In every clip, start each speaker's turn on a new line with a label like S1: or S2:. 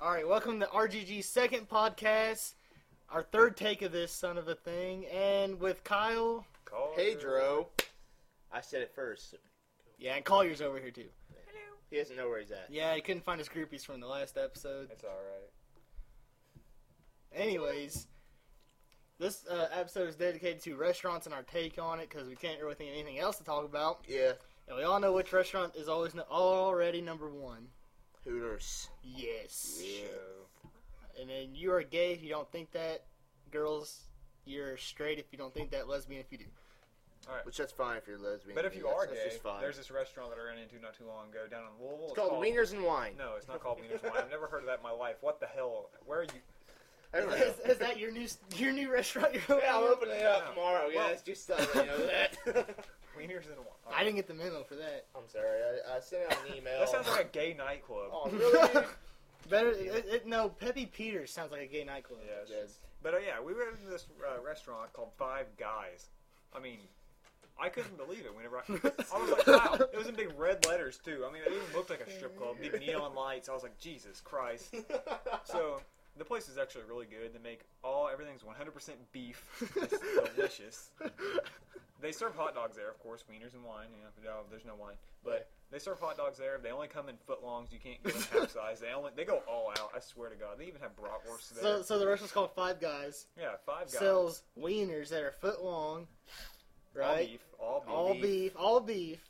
S1: right, welcome to RGG's second podcast, our third take of this son of a thing, and with Kyle.
S2: Pedro.
S3: I said it first.
S1: Yeah, and Collier's over here too.
S3: He doesn't know where he's at.
S1: Yeah, he couldn't find his groupies from the last episode.
S2: It's alright.
S1: Anyways, this uh, episode is dedicated to restaurants and our take on it because we can't really think of anything else to talk about,
S2: Yeah.
S1: and we all know which restaurant is always n- already number one.
S2: Hooters.
S1: Yes.
S2: Yeah.
S1: And then you are gay if you don't think that. Girls, you're straight if you don't think that. Lesbian if you do.
S2: Which that's fine if you're lesbian.
S4: But if you
S2: That's-
S4: are
S2: that's
S4: gay,
S2: just fine.
S4: there's this restaurant that I ran into not too long ago down in Louisville.
S3: It's called Wieners and Wine.
S4: No, it's not called Wieners Wine. I've never heard of that in my life. What the hell? Where are you?
S3: I don't know.
S1: Is, is that your new your new restaurant? You're
S3: Yeah, I'm
S1: opening?
S3: opening it up
S4: Yeah.
S3: tomorrow, guys. Just so you know that.
S4: Wieners and Wine.
S1: I didn't get the memo for that.
S3: I'm sorry. I, I sent out an email.
S4: That sounds like a gay nightclub.
S3: Oh, really?
S1: Better it, it, no. Peppy Peters sounds like a gay nightclub.
S4: Yeah, it's-
S3: Yes.
S4: But uh, yeah, we were in this uh, restaurant called Five Guys. I mean, I couldn't believe it whenever I, I was like, wow. It was in big red letters too. I mean, it even looked like a strip club, big neon lights. I was like, Jesus Christ. So the place is actually really good. They make all everything's 100% beef. It's delicious. They serve hot dogs there, of course, wieners and wine. You know, no, there's no wine, but they serve hot dogs there. They only come in footlongs. You can't get them half size. They only they go all out. I swear to God, they even have bratwursts there.
S1: So so the restaurant's called Five Guys.
S4: yeah, five guys.
S1: Sells wieners that are foot long,
S4: All
S1: right?
S4: beef. All beef.
S1: All beef. all beef.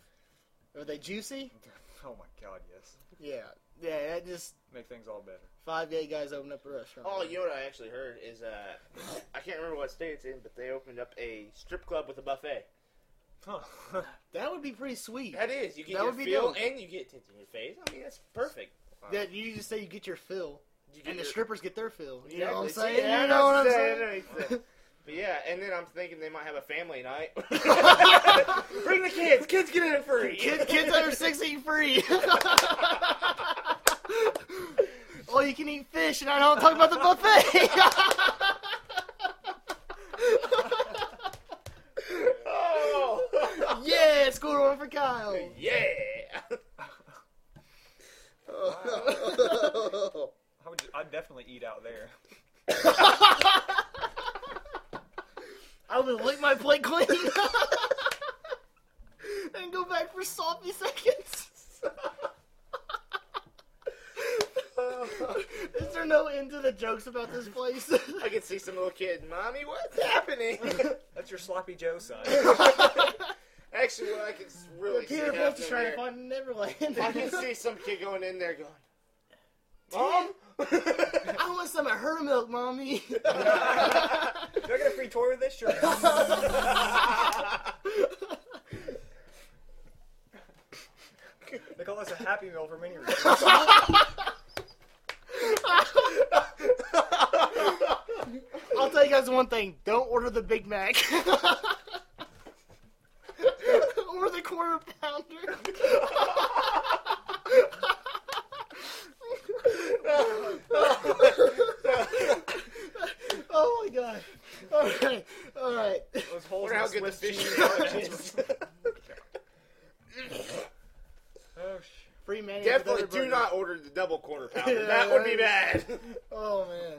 S1: Are they juicy?
S4: Oh my God, yes.
S1: Yeah. Yeah. That just
S4: Make things all better.
S1: five gay guys open up a restaurant.
S3: Oh, you know what I actually heard is uh, I can't remember what state it's in, but they opened up a strip club with a buffet.
S4: Huh.
S1: that would be pretty sweet.
S3: That is, you get
S1: That
S3: your
S1: would be
S3: feel
S1: dope.
S3: and you get tits in your face. I mean, that's perfect.
S1: That you just say you get your fill,
S3: You get
S1: and the
S3: your-
S1: strippers get their fill. You know what I'm saying?
S3: Exactly.
S1: you
S3: See, that's
S1: know
S3: what
S1: what I'm saying?
S3: saying, that's what I'm saying. But yeah, and then I'm thinking they might have a family night. Bring the kids. Kids get in it free.
S1: Kid, kids under 16 free. oh, you can eat fish, and I don't talk about the buffet.
S3: Oh.
S1: yeah, score one for Kyle.
S3: yeah.
S4: I would. I'd definitely eat out there.
S1: I would lick my plate clean and go back for sloppy seconds. Is there no end to the jokes about this place?
S3: I can see some little kid. Mommy, what's happening?
S4: That's your sloppy Joe sign.
S3: Actually, what I can s- really see
S1: Peter Buff
S3: happening
S1: is trying to
S3: there-
S1: find Neverland.
S3: I can see some kid going in there going, Mom?
S1: I want some of her milk, mommy.
S4: Do I get a free tour with this? Sure. they call this a happy meal for many reasons.
S1: I'll tell you guys one thing: don't order the Big Mac or the quarter pounder. oh my god! All right, all right.
S4: Those holes
S3: Wonder
S4: in
S3: how
S4: the
S3: good the
S4: Swiss
S3: fish
S4: cheese
S3: is.
S4: Oh, sh-
S1: Free man.
S3: Definitely do not order the double quarter pounder.
S1: Yeah,
S3: that would be
S1: right.
S3: bad.
S1: Oh man.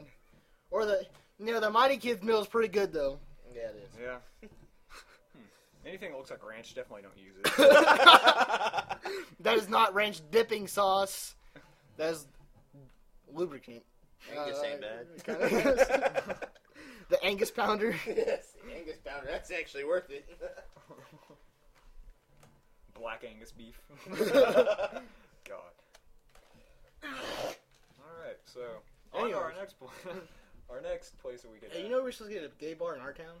S1: Or the you know the Mighty Kids meal is pretty good though.
S3: Yeah, it is.
S4: yeah. Hmm. Anything that looks like ranch, definitely don't use it.
S1: That is not ranch dipping sauce. That is lubricant.
S3: Angus ain't bad.
S1: the Angus pounder.
S3: yes, Angus pounder. That's actually worth it.
S4: Black Angus beef. God. All right, so on to our
S1: Anyways.
S4: next place. our next place that we could.
S1: Hey,
S4: have.
S1: you know we're supposed to get a gay bar in our town.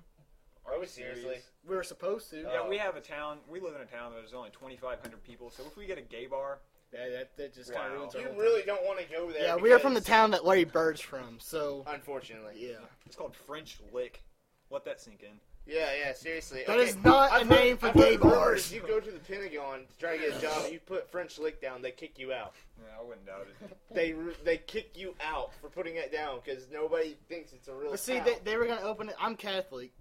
S3: Are we seriously?
S1: We were supposed to.
S4: Yeah,
S3: Oh.
S4: we have a town. We live in a town that there's only 2,500 people. So if we get a gay bar,
S1: Yeah, that, that just kind
S4: Wow.
S1: of ruins our
S3: You
S1: whole
S3: really don't want to go there.
S1: town. Yeah, we are from the
S3: because-
S1: town that Larry Bird's from, so
S3: Unfortunately.
S1: yeah.
S4: it's called French Lick. Let that sink in.
S3: Yeah, yeah, seriously.
S1: That is not a name for
S3: I've
S1: gay
S3: heard rumors
S1: bars.
S3: You go to the Pentagon to try to get a job, and you put French lick down, they kick you out.
S4: Yeah, I wouldn't doubt it.
S3: They re- they kick you out for putting it down because nobody thinks it's a real.
S1: But see,
S3: town.
S1: they, they were gonna open it. I'm Catholic,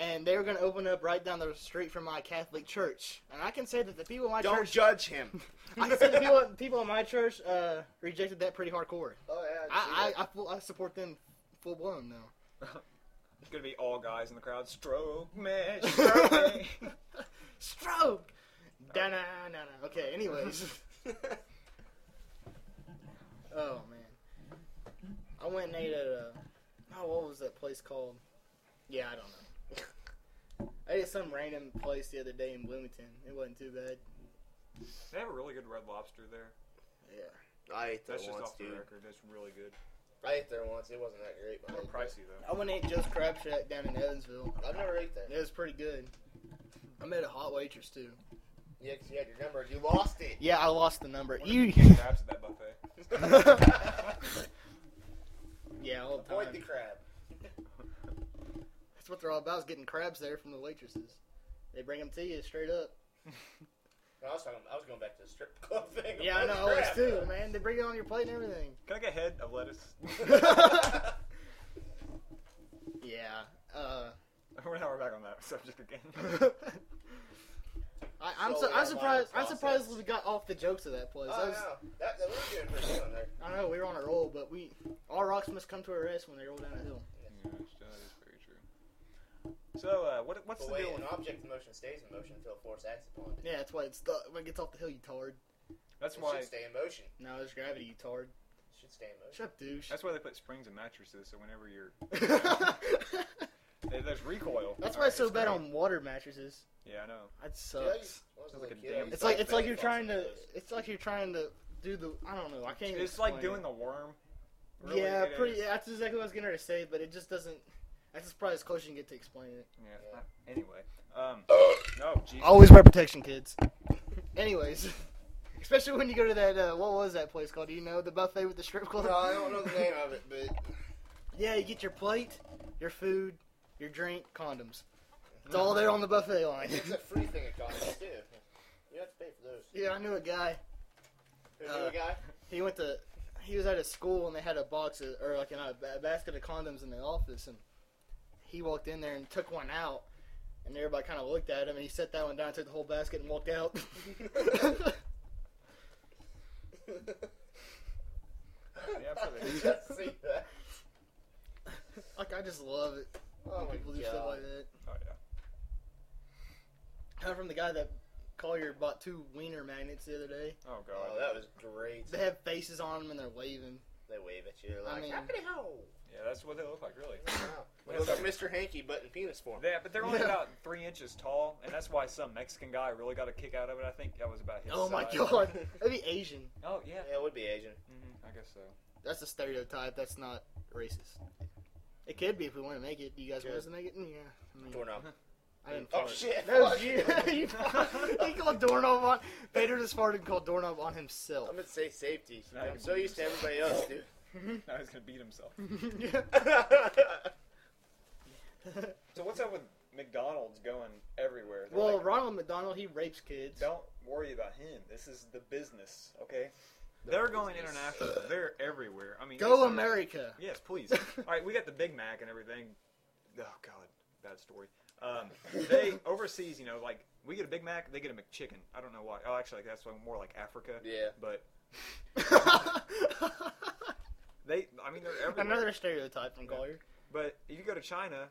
S1: and they were gonna open up right down the street from my Catholic church. And I can say that the people in my
S3: don't
S1: church,
S3: judge him.
S1: I can say the people, people in my church uh, rejected that pretty hardcore.
S3: Oh yeah,
S1: I I, I, full, I support them full blown now.
S4: It's gonna be all guys in the crowd. Stroke me, stroke me.
S1: Stroke. Da na na na. Okay. Anyways. oh man. I went and ate at a. Oh, what was that place called? Yeah, I don't know. I ate at some random place the other day in Bloomington. It wasn't too bad.
S4: They have a really good red lobster there.
S3: I ate there
S4: That's just
S3: once,
S4: off the
S3: dude.
S4: record. That's really good.
S3: I ate there once. It wasn't that great. But I
S4: More
S3: ate
S4: pricey though.
S1: I went and ate Joe's Crab Shack down in Evansville.
S3: there. I've never ate there.
S1: It was pretty good. I met a hot waitress too.
S3: Yeah, 'cause you had your number. You lost it.
S1: Yeah, I lost the number.
S4: What
S1: You.
S4: if you get crabs at that buffet?
S1: yeah, all the
S3: Avoid the
S1: time.
S3: crab.
S1: That's what they're all about is getting crabs there from the waitresses. They bring them to you straight up.
S3: I was talking. I was going back to the strip club thing.
S1: Yeah, I know. I always do, man. They bring it on your plate and everything.
S4: Can I get a head of lettuce?
S1: Yeah. Uh,
S4: We're now we're back on that subject again.
S1: I, I'm
S3: So
S1: su-
S3: we
S1: I'm
S3: are
S1: surprised. I'm
S3: live
S1: surprised
S3: process.
S1: we got off the jokes of that place. I,
S3: Oh,
S1: was-
S3: no. That, that was good for doing there.
S1: I know we were on a roll, but we all rocks must come to a rest when they roll down a hill.
S4: Yeah, that is very true. So, uh, what, what's
S3: But
S4: the
S3: wait,
S4: deal?
S3: an object in motion stays in motion until force acts upon it.
S1: Yeah, that's why it's the- when it gets off the hill, you tard.
S4: That's
S3: It
S4: why.
S3: should stay in motion.
S1: No, it's gravity, you tard.
S3: It should stay in motion.
S1: Shut up, douche.
S4: That's why they put springs and mattresses. So whenever you're, there- there's recoil.
S1: that's
S4: All
S1: why
S4: right,
S1: it's so bad
S4: great.
S1: on water mattresses.
S4: Yeah, I know.
S1: That
S3: Yeah, you-
S1: sucks.
S3: when I was a
S4: Like a
S3: little kid, I
S4: damn
S3: used
S1: It's like it's like
S3: play
S1: you're
S3: with
S1: trying to.
S3: those.
S1: It's like you're trying to do the. I don't know. I can't. Even
S4: It's like
S1: explain it.
S4: doing the worm. Really,
S1: yeah,
S4: it
S1: pretty.
S4: is.
S1: Yeah, that's exactly what I was getting ready to say, but it just doesn't. That's just probably as close as you can get to explaining it.
S4: Yeah. Anyway, um, no, Jesus. Oh,
S1: Always wear protection, kids. Anyways, especially when you go to that. Uh, what was that place called? Do you know the buffet with the strip club?
S3: No, I don't know the name of it, but
S1: Yeah, you get your plate, your food, your drink, condoms. It's all there on the buffet line.
S3: it's a free thing at college too. You have to pay for those.
S1: yeah, I knew a guy.
S3: Who
S1: Uh,
S3: knew a guy?
S1: He went to. He was at a school and they had a box of, or like you know, a ba- basket of condoms in the office, and he walked in there and took one out, and everybody kind of looked at him, and he set that one down, took the whole basket, and walked out.
S4: Yeah, absolutely.
S3: Just see that.
S1: like I just love it.
S3: Oh
S1: when
S3: my
S1: people do stuff like
S3: god.
S1: that.
S4: Oh yeah.
S1: Kind of from the guy that Collier bought two wiener magnets the other day.
S4: Oh god.
S3: Oh, that was great.
S1: They have faces on them and they're waving.
S3: They wave at you. They're
S1: I
S3: like,
S1: mean-
S3: happy how?
S4: Yeah, that's what they look like, really.
S3: It looks like Mr. Hanky, but in penis form.
S4: Yeah, but they're only
S1: Yeah.
S4: about three inches tall, and that's why some Mexican guy really got a kick out of it. I think that was about his.
S1: oh my
S4: size.
S1: god, that'd be Asian.
S4: Oh yeah.
S3: Yeah, it would be Asian.
S4: hmm I guess so.
S1: That's a stereotype. That's not racist. It could be if we want to make it. Do you guys want us to make it? Mm, Yeah. I mean,
S3: Doorknob.
S1: I didn't
S3: Oh
S1: fart.
S3: shit.
S1: That was
S3: fuck.
S1: you. You fart. he called doorknob on. Vader just farted and called doorknob on himself.
S3: I'm gonna say safety.
S4: Now you
S3: I'm
S4: can
S3: so
S4: do
S3: used to everybody else, dude.
S4: Now he's gonna beat himself.
S1: Yeah.
S4: So what's up with McDonald's going everywhere? They're
S1: well,
S4: like,
S1: Ronald McDonald he rapes kids.
S4: don't worry about him. This is the business, okay? They're going
S3: business.
S4: international. They're everywhere. I mean,
S1: Go
S4: it's-
S1: America.
S4: Yes, please. All right, we got the Big Mac and everything. Oh God, bad story. Um, they overseas, you know, like we get a Big Mac, they get a McChicken. I don't know why. Oh, actually, that's more like Africa.
S3: Yeah.
S4: But they, I mean, they're everywhere.
S1: Another stereotype from Collier.
S4: But if you go to China,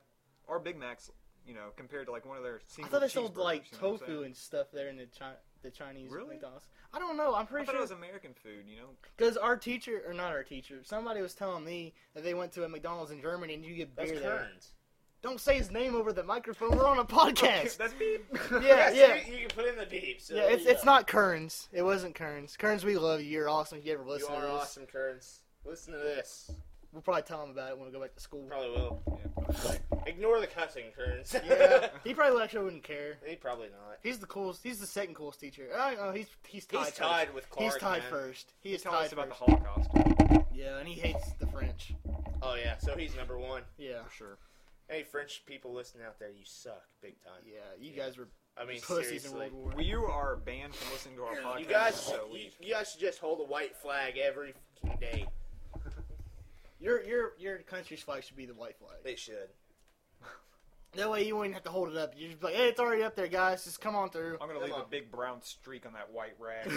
S4: our Big Macs, you know, compared to like one of their
S1: I
S4: single
S1: thought they sold
S4: cheeseburgers,
S1: like
S4: you know what I'm
S1: tofu
S4: saying?
S1: and stuff there in the Chi- the Chinese
S4: Really?
S1: McDonald's. I don't know. I'm
S4: I
S1: pretty
S4: thought it
S1: sure
S4: was American food, you know.
S1: because our teacher or not our teacher, somebody was telling me that they went to a McDonald's in Germany and you get beer
S3: That's
S1: there.
S3: Kearns.
S1: Don't say his name over the microphone. We're on a podcast.
S4: That's beep.
S1: yeah,
S3: Yes,
S1: yeah.
S3: You, you can put in the beep. So
S1: Yeah, it's,
S3: you
S1: it's
S3: know.
S1: not Kearns. It wasn't Kearns. Kearns, we love you. You're awesome. If you ever
S3: You
S1: listen to
S3: are
S1: this,
S3: awesome, Kearns. Listen to this.
S1: we'll probably tell him about it when we go back to school.
S3: Probably will.
S4: Yeah.
S3: Ignore the cussing, Kearns.
S1: Yeah, he probably actually wouldn't care.
S3: he probably not.
S1: He's the coolest. He's the second coolest teacher. Oh, I don't know. He's he's tied.
S3: He's
S1: first.
S3: tied with Clark.
S1: he's tied
S3: man.
S1: first. He
S4: He
S1: is
S4: told
S1: tied
S4: us about the
S1: first.
S4: Holocaust
S1: Yeah, and he hates the French.
S3: Oh yeah, so he's number one.
S1: Yeah,
S4: for sure.
S3: Hey, French people listening out there, you suck big time.
S1: yeah. You
S3: Yeah.
S1: guys were
S3: I mean,
S1: pussies
S3: seriously.
S1: in World War.
S4: Well, you are banned from listening to our podcast.
S3: You guys,
S4: so
S3: you,
S4: we
S3: you guys should just hold a white flag every fucking day.
S1: Your your your country's flag should be the white flag.
S3: They should.
S1: That way you wouldn't have to hold it up. You just be like, hey, it's already up there, guys. Just come on through.
S4: I'm gonna
S3: Come
S4: leave a
S3: on.
S4: big brown streak on that white rag.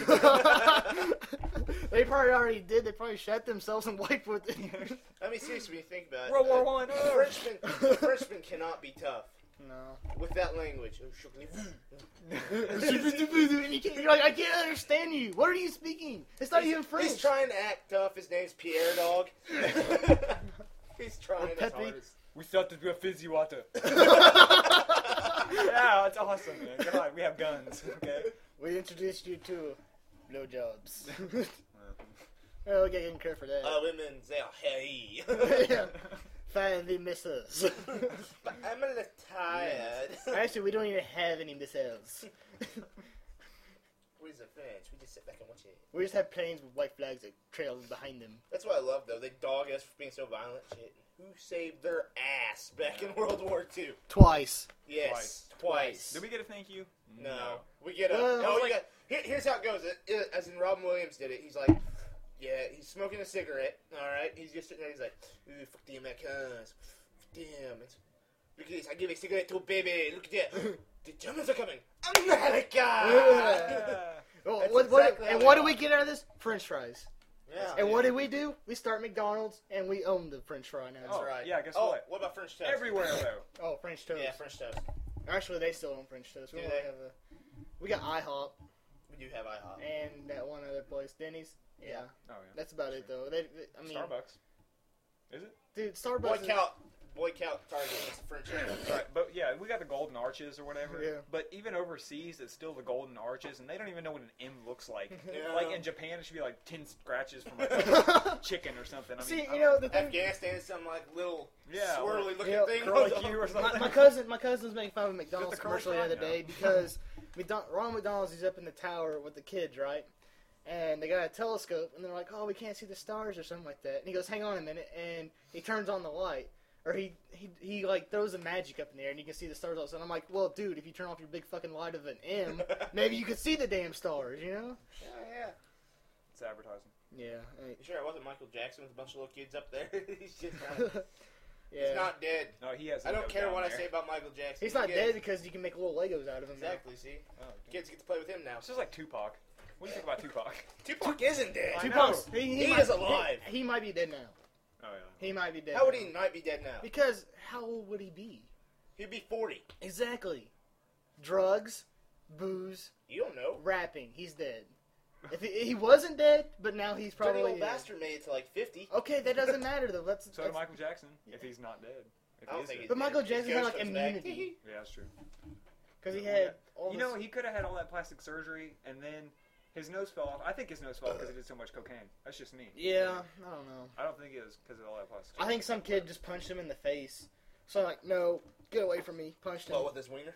S1: they probably already did. They probably shat themselves and wiped with it.
S3: I mean, seriously, when you think about it,
S4: World War
S3: uh,
S4: One.
S3: a Frenchman, a Frenchman cannot be tough
S1: no.
S3: with that language.
S1: And you can't- you're like, I can't understand you. What are you speaking? It's not even French.
S3: He's trying to act tough. His name's Pierre Dog. he's trying
S1: Or
S3: his
S1: Pepe.
S3: hardest.
S4: we thought that we have fizzy water. yeah, that's awesome, man. God, we have guns. Okay.
S1: we introduced you to blowjobs. oh, okay, didn't care for that.
S3: Uh, women, they are hairy.
S1: yeah. Find the missiles.
S3: but I'm a little tired.
S1: Actually, we don't even have any missiles.
S3: Where's the fence? We just sit back and watch it.
S1: We just have planes with white flags that trail behind them.
S3: That's what I love, though. They dog us for being so violent. Shit. Who saved their ass back in World War II?
S1: Twice.
S3: Yes, twice.
S4: Did we get a thank you?
S3: No. we get a.
S1: Well,
S3: oh,
S1: like-
S3: we got, here, here's how it goes. It- it- as in, Robin Williams did it. He's like, yeah, he's smoking a cigarette. All right, he's just sitting there. He's like, Ooh, fuck the Americans. Fuck them. It's, look at this. I give a cigarette to a baby. Look at that. the Germans are coming. America. yeah.
S4: Yeah.
S1: Oh,
S3: That's
S1: what, what-
S3: exactly how
S1: and
S3: we
S1: what
S3: are.
S1: do we get out of this? French fries. And what did we do? We start McDonald's and we own the French fry now.
S3: That's
S4: Oh,
S3: right.
S4: yeah, guess
S3: oh,
S4: what?
S3: What about French toast?
S4: Everywhere though.
S1: Oh, French toast.
S3: Yeah, French toast.
S1: Actually, they still own French toast. We
S3: Do
S1: only
S3: they?
S1: have a. We got IHOP
S3: We do have IHOP.
S1: and that one other place, Denny's. Yeah,
S3: Yeah.
S4: Oh
S1: that's about it though. They, they- I mean,
S4: Starbucks. Is it?
S1: dude, Starbucks.
S3: Boy
S1: is-
S3: Scout, Boy Scout Target. It's French toast.
S4: Right, but yeah, we got the golden arches or whatever.
S1: Yeah.
S4: But even overseas, it's still the golden arches, and they don't even know what an M looks like.
S3: Yeah.
S4: Like in Japan, it should be like ten scratches from a chicken or something. I mean,
S1: See,
S4: I
S1: you
S4: don't-
S1: know the thing.
S3: Afghanistan is some like little
S4: Yeah,
S3: swirly looking
S1: yeah,
S3: thing.
S4: Crikey or
S1: My,
S4: something.
S1: my cousin, my cousin was making fun of a McDonald's
S4: the curly
S1: commercial the
S4: fry?
S1: other day
S4: No.
S1: because McDon- Ronald McDonald's is up in the tower with the kids, right? And they got a telescope, and they're like, "Oh, we can't see the stars or something like that." And he goes, "Hang on a minute," and he turns on the light, or he he he like throws the magic up in the air, and you can see the stars. Also, and I'm like, "Well, dude, if you turn off your big fucking light of an M, maybe you could see the damn stars," you know?
S3: Yeah, yeah.
S4: It's advertising.
S1: Yeah,
S3: You sure it wasn't Michael Jackson with a bunch of little kids up there? he's just not,
S1: yeah.
S3: he's not dead.
S4: No, he has. a
S3: I don't
S4: note
S3: care
S4: down
S3: what I
S4: there.
S3: say about Michael Jackson.
S1: He's not
S3: Yeah,
S1: dead because you can make little Legos out of him. now.
S3: Exactly. See,
S4: Oh, damn.
S3: kids get to play with him now.
S4: It's just like Tupac. What do you think about Tupac?
S3: Tupac isn't dead.
S4: I know.
S1: Tupac's- He,
S3: He
S1: might-
S3: is alive.
S1: He, he might be dead now.
S4: Oh
S1: He might be dead.
S3: How would
S1: now.
S3: he not be dead now?
S1: Because how old would he be?
S3: He'd be forty.
S1: Exactly. Drugs, booze,
S3: You don't know.
S1: rapping. He's dead. If he, he wasn't dead, but now he's
S3: Probably
S1: probably
S3: old
S1: is.
S3: bastard made it to like fifty.
S1: Okay, that doesn't matter though. That's,
S4: So
S1: that's-
S4: did Michael Jackson, if he's not dead. If
S3: I
S4: he
S3: don't
S4: is
S3: think
S4: dead.
S3: he's
S1: But Michael
S3: dead. His
S1: Jackson had,
S3: ghost
S1: like,
S3: comes back.
S1: immunity.
S4: Yeah, that's true.
S1: because he had all.
S4: You
S1: this-
S4: know, he could have had all that plastic surgery, and then his nose fell off. I think his nose fell off because he did so much cocaine. That's just me.
S1: yeah, I don't know.
S4: I don't think it was because of all that plastic.
S1: I think some kid just punched him in the face. So I'm like, no, get away from me. Punched him.
S3: Well, with his wiener.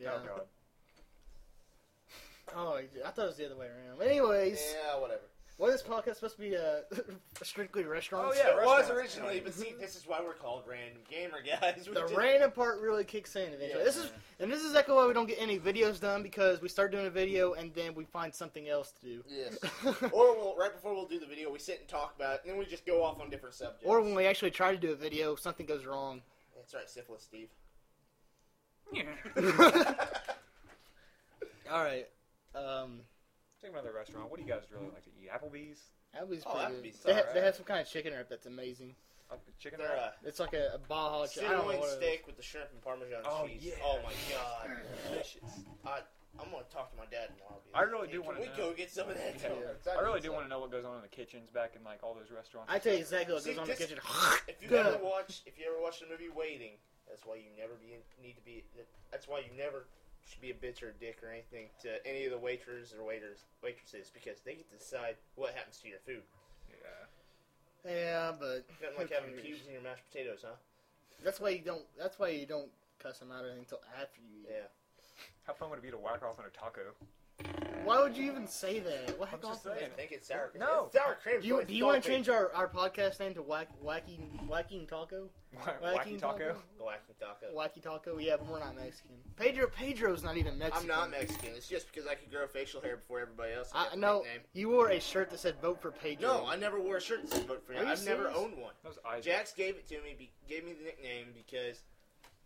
S1: yeah.
S4: surgery. Oh god.
S1: Oh, I thought it was the other way around. But anyways,
S3: Yeah, whatever.
S1: what is podcast supposed to be? Uh, strictly restaurants.
S4: Oh, yeah,
S3: it was
S4: restaurants.
S3: originally, but see, this is why we're called random gamer guys. We
S1: The
S3: just-
S1: random part really kicks in eventually.
S3: Yeah.
S1: This is and this is exactly why we don't get any videos done because we start doing a video and then we find something else to do.
S3: Yes. or we'll, right before we'll do the video, we sit and talk about it, and then we just go off on different subjects.
S1: or when we actually try to do a video, something goes wrong.
S3: That's right, syphilis, Steve.
S1: All right. Um,
S4: Take another restaurant. What do you guys really like to eat? Applebee's,
S1: Applebee's
S3: Oh,
S1: pretty
S3: Applebee's
S1: good. They,
S3: is
S1: ha- they
S3: alright.
S1: have some kind of chicken wrap that's amazing.
S4: Uh, chicken
S3: They're
S4: wrap.
S3: a
S1: It's like a, a Baja. chi- I don't know
S3: sirloin
S1: what it is.
S3: steak with the shrimp and parmesan
S4: Oh,
S3: cheese.
S4: yeah.
S3: Oh my god.
S4: Delicious.
S3: I'm gonna talk to my dad tomorrow. be
S4: I
S3: like,
S4: really
S3: "Hey,
S4: do
S3: can
S4: wanna
S3: We
S4: know."
S3: go get some of that.
S4: Yeah.
S3: uh,
S4: I really do want to know what goes on in the kitchens back in like all those restaurants.
S1: I tell you exactly what
S3: See,
S1: goes on in the
S3: this-
S1: kitchen.
S3: If you
S1: Good.
S3: ever watch, if you ever watch the movie Waiting, that's why you never be need to be. That's why you never should be a bitch or a dick or anything to any of the waiters or waiters waitresses because they get to decide what happens to your food.
S4: Yeah.
S1: Yeah, but
S3: Nothing
S1: who
S3: like having
S1: cares?
S3: pubes in your mashed potatoes, huh?
S1: That's why you don't. That's why you don't cuss them out or anything until after you eat.
S3: Yeah.
S4: How fun would it be to whack off on a taco?
S1: Why would you even say that? What
S4: I'm
S1: heck
S4: just
S1: off-
S3: I
S4: saying.
S3: think it's sour. cream.
S4: No.
S3: It's sour cream.
S1: Do you,
S3: but
S1: do you want
S3: salty.
S1: to change our, our podcast name to Whack, Wacky Whacking Taco?
S4: Wha-
S1: Wacky
S4: Wacky taco.
S3: The wacky taco?
S1: Wacky Taco? Yeah, but we're not Mexican. Pedro Pedro's not even Mexican.
S3: I'm not Mexican. It's just because I could grow facial hair before everybody else. and
S1: I
S3: got the
S1: no.
S3: nickname.
S1: You wore a shirt that said "Vote for Pedro."
S3: No, I never wore a shirt that said vote for
S1: Are
S3: him.
S1: you
S3: I've never
S1: serious?
S3: owned one.
S4: Those eyes.
S3: Jax gave it to me, be, gave me the nickname because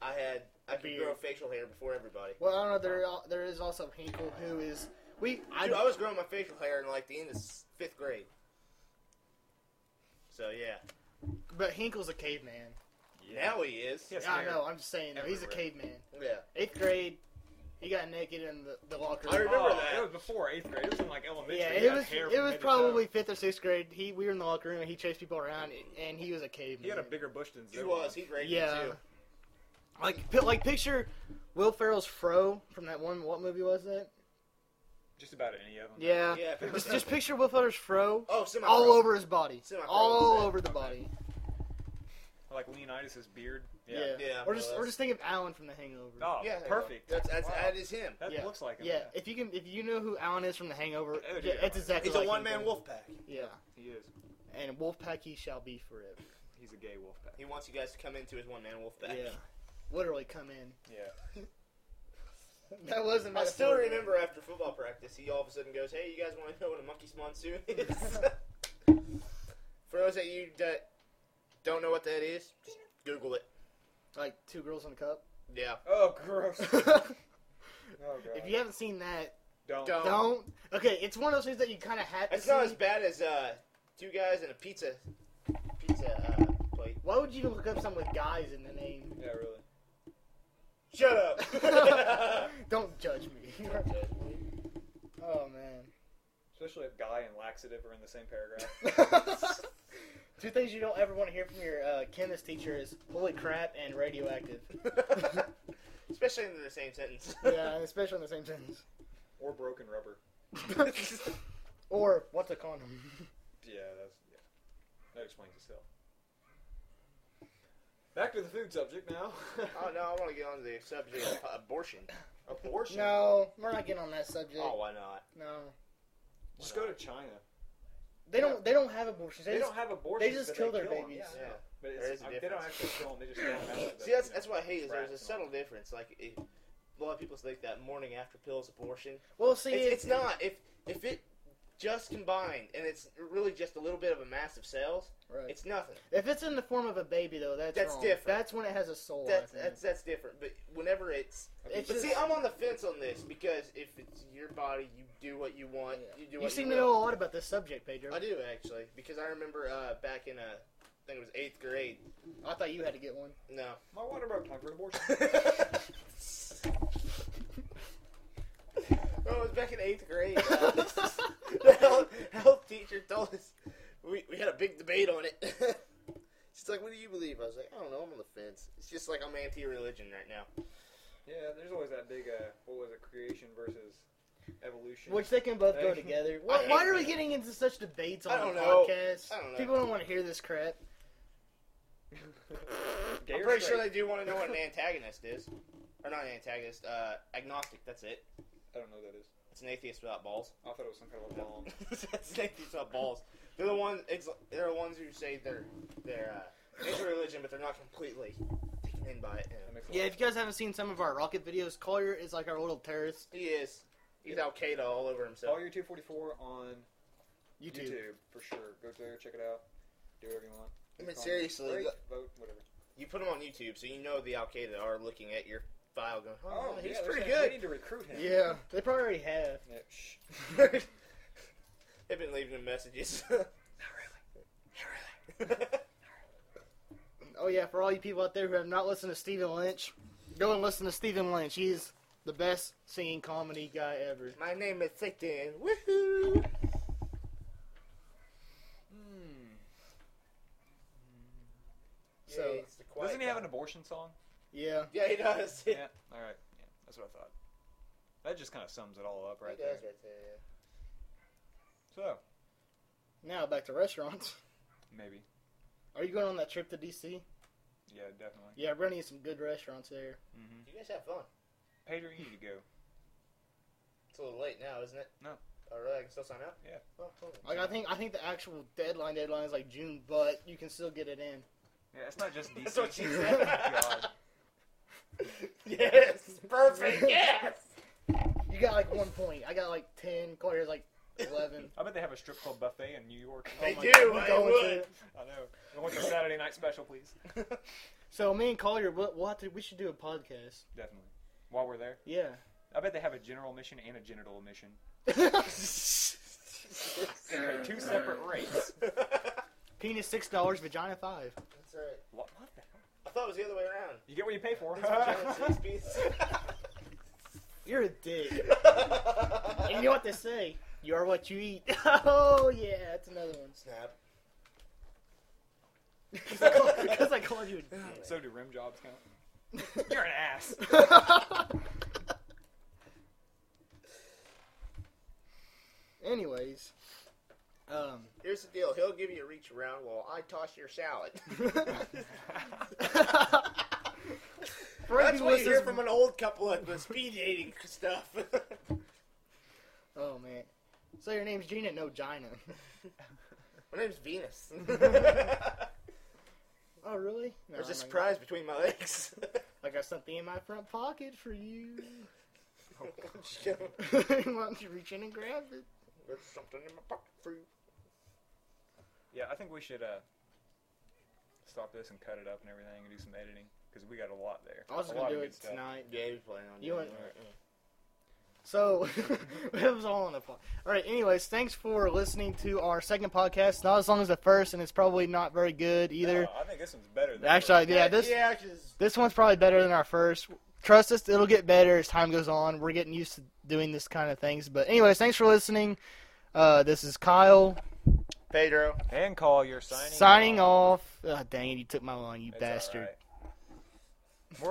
S3: I had I
S1: A
S3: could
S1: beard.
S3: grow facial hair before everybody.
S1: Well, I don't know. There al- there is also Hinkle who is we. I
S3: Dude, I was growing my facial hair in like the end of s- fifth grade. So yeah,
S1: but Hinkle's a caveman.
S3: now he is.
S4: Yes. It's
S1: Yeah, I
S4: hair
S1: know. I'm just saying. though, He's a
S4: everywhere.
S1: caveman.
S3: Yeah.
S1: Eighth grade, he got naked in the, the locker.
S3: I
S1: room.
S3: remember
S4: oh,
S3: that.
S4: It was before eighth grade. It was in like elementary.
S1: Yeah,
S4: He
S1: it
S4: had
S1: was
S4: hair
S1: it
S4: from
S1: was
S4: head to toe.
S1: probably fifth or sixth grade. He we were in the locker room and he chased people around and he was a caveman.
S4: He had a bigger bush than
S3: He
S4: everyone.
S3: was. He graded
S1: Yeah.
S3: me too.
S1: Like pi- like picture Will Ferrell's fro from that one. What movie was that?
S4: Just about any of them.
S1: Yeah.
S3: Yeah.
S1: Just just picture Will Ferrell's fro
S3: oh, semi.
S1: all over his body,
S3: Semi-pro
S1: all
S3: is it?
S1: over the
S4: Okay.
S1: body.
S4: Like Leonidas' beard.
S1: Yeah.
S3: Yeah,
S1: Or just or
S3: well, that's-
S1: just think of Alan from The Hangover.
S4: Oh,
S3: Yeah.
S4: perfect.
S3: That's, that's
S4: Wow.
S3: that is him.
S4: That
S1: Yeah.
S4: looks like him.
S1: Yeah, if you can, if you know who Alan is from The Hangover,
S4: Oh,
S1: yeah,
S4: dear.
S1: it's exactly.
S3: He's a
S1: like
S3: one man
S1: Hangover.
S3: wolf pack.
S1: Yeah,
S4: He is.
S1: and Wolfpack he shall be forever.
S4: He's a gay wolf pack.
S3: He wants you guys to come into his one man wolf pack.
S1: Yeah, literally come in.
S4: Yeah.
S1: That wasn't.
S3: I still remember after football practice, he all of a sudden goes, "Hey, you guys want to know what a monkey's monsoon is?" For those that you that don't know what that is, just Google it.
S1: like two girls in a cup.
S3: Yeah,
S4: Oh, gross. oh,
S1: if
S4: God.
S1: you haven't seen that,
S4: Don't.
S3: Don't.
S1: don't. Okay, it's one of those things that you kind of have to
S3: it's
S1: see.
S3: not as bad as uh, two guys and a pizza pizza uh, plate.
S1: Why would you even look up something with guys in the name?
S4: Yeah, really.
S3: Shut up.
S1: Don't judge me. oh
S4: Especially if guy and laxative are in the same paragraph.
S1: man. Two things you don't ever want to hear from your uh, chemist teacher is holy crap and radioactive.
S3: Especially in the same sentence.
S1: yeah, and especially in the same sentence.
S4: or broken rubber.
S1: or what's a condom?
S4: Yeah, that's yeah. That explains itself. Back to the food subject now.
S3: Oh no, I want to get on to the subject of abortion.
S4: Abortion.
S1: No, we're not getting on that subject.
S3: Oh, why not?
S1: No,
S4: Just go to China.
S1: they don't. They don't have abortions.
S4: They,
S1: They, just,
S4: don't have abortions.
S1: just
S4: but
S1: kill
S4: they
S1: their
S4: kill 'em,
S1: babies.
S4: Yeah.
S3: Yeah.
S4: But
S3: There
S4: it's,
S3: is a
S4: I- they don't
S3: difference.
S4: actually kill them. They just don't have to.
S3: See, that's that's what I hate. Is there's a
S4: rational.
S3: subtle difference. Like it, a lot of people think that morning after pills abortion.
S1: well, see,
S3: It's, it's not. If if it just combined and it's really just a little bit of a mass of cells,
S1: Right.
S3: it's nothing.
S1: If it's in the form of a baby, though, that's
S3: That's
S1: wrong.
S3: different.
S1: That's when it has a soul. I
S3: That's
S1: think.
S3: that's that's different. But whenever it's,
S1: It's
S3: but
S1: just-
S3: see, I'm on the fence on this because if it's your body, you do what you want.
S1: Yeah.
S3: You do.
S1: you
S3: what
S1: seem
S3: you
S1: to
S3: will.
S1: know a lot about this subject, Pedro.
S3: I do actually because I remember uh, back in uh, I think it was eighth grade.
S1: I thought you had to get one.
S3: No.
S4: My water broke. Time for abortion.
S3: Well, it was back in eighth grade. uh, the health, health teacher told us we, we had a big debate on it. She's like, "What do you believe?" I was like, "I don't know. I'm on the fence. It's just like I'm anti-religion right now."
S4: yeah, there's always that big. Uh, what was it? Creation versus evolution.
S1: Which they can both go
S4: Hey.
S1: together.
S3: I
S1: Why,
S3: hate
S1: why are we
S3: that.
S1: getting into such debates on
S3: I don't
S1: the
S3: know.
S1: podcast?
S3: I don't know.
S1: People don't want to hear this crap.
S4: Gay
S3: I'm
S4: or straight?
S3: pretty sure they do want to know what an antagonist is, or not an antagonist, uh, agnostic. That's it.
S4: I don't know what that is.
S3: It's an atheist without balls.
S4: I thought it was some kind of a bomb.
S3: That's an atheist without balls. They're the ones. It's, they're the ones who say they're they're uh, into religion, but they're not completely taken in by it. you know.
S4: That makes a
S1: Yeah,
S4: lot
S1: if you guys haven't seen some of our rocket videos, Collier is like our little terrorist.
S3: He is. He's Al Qaeda all over himself.
S4: Call your 244 on
S1: YouTube.
S4: YouTube. for sure. Go there, check it out. Do whatever you want.
S3: I mean,
S4: Comment,
S3: seriously,
S4: rate,
S3: look-
S4: vote, whatever.
S3: You put him on YouTube, so you know the Al Qaeda are looking at your file, going, "Oh,
S4: yeah,
S3: he's
S4: there's
S3: pretty
S4: that- We
S3: good."
S4: need to recruit him.
S1: Yeah, they probably already have.
S4: Yeah, shh.
S3: They've been leaving him messages. Not really.
S1: Oh yeah, for all you people out there who have not listened to Stephen Lynch, go and listen to Stephen Lynch. He's the best singing comedy guy ever.
S3: My name is Satan. Woohoo!
S1: So-
S4: Hmm.
S3: Yeah, it's the quiet
S4: Doesn't he have
S3: guy.
S4: an abortion song?
S1: Yeah.
S3: Yeah, he does.
S4: yeah. All right. Yeah, that's what I thought. That just kind of sums it all up right
S3: he
S4: there.
S3: does right there.
S4: So
S1: Now back to restaurants.
S4: maybe.
S1: Are you going on that trip to DC?
S4: Yeah, definitely.
S1: Yeah, we're gonna get some good restaurants there.
S4: Mm-hmm.
S3: You guys have fun.
S4: Pedro, you need to go.
S3: It's a little late now, isn't it?
S4: No.
S3: Oh, really? I can still sign up?
S4: Yeah.
S3: Oh, cool.
S1: Like I think I think the actual deadline deadline is like June, but you can still get it in.
S4: Yeah, it's not just DC.
S3: That's what she
S1: said.
S4: God.
S3: yes! Perfect! Yes!
S1: You got like one point. I got like ten. Corey's like eleven.
S4: I bet they have a strip club buffet in New York. Oh,
S3: They
S1: my
S3: do,
S1: God, we're
S3: I
S1: going to
S3: would.
S1: it.
S4: I know. I want the Saturday night special, please.
S1: So me and Collier, we'll, we'll have to, we should do a podcast.
S4: Definitely. While we're there,
S1: Yeah.
S4: I bet they have a general mission and a genital mission. They're two separate rates.
S1: Penis six dollars, vagina five.
S3: That's right.
S4: What, what the hell?
S3: I thought it was the other way around.
S4: You get what you pay for.
S3: It's vagina, six piece.
S1: You're a dick. and you know what they say? You are what you eat. oh yeah, that's another one.
S3: Snap.
S1: Because I called you a
S4: so do rim jobs count? You're an ass.
S1: dick. Anyways, um,
S3: Here's the deal. He'll give you a reach around while I toss your salad.
S1: For
S3: That's
S1: you
S3: what you hear
S1: listeners-
S3: from an old couple at the speed dating stuff. my
S1: Oh man. So your name's Gina, no Gina.
S3: name's Venus.
S1: Oh really? No,
S3: There's a
S1: I'm not-
S3: surprise between my legs.
S1: I got something in my front pocket for you.
S3: Just kidding.
S1: Why don't you reach in and grab it?
S3: There's something in my pocket for you.
S4: yeah, I think we should uh, stop this and cut it up and everything and do some editing because we got a lot there.
S1: I was
S4: A
S1: just
S4: lot
S1: gonna do
S4: of good
S1: it
S4: stuff.
S1: tonight.
S3: Yeah, he was planning on
S1: You
S3: doing
S1: want-
S3: it.
S1: So it was all on the pod. All right. Anyways, thanks for listening to our second podcast. Not as long as the first, and it's probably not very good either.
S4: No, Uh, I think this one's better. Than the
S1: Actually,
S4: first.
S1: yeah, this
S3: Yeah, 'cause-
S1: this one's probably better than our first. Trust us, it'll get better as time goes on. We're getting used to doing this kind of things. But anyways, thanks for listening. Uh, this is Kyle
S3: Pedro.
S4: and call your signing.
S1: signing off. Ah, dang it, you took my line, you
S4: It's all
S1: bastard.
S4: right.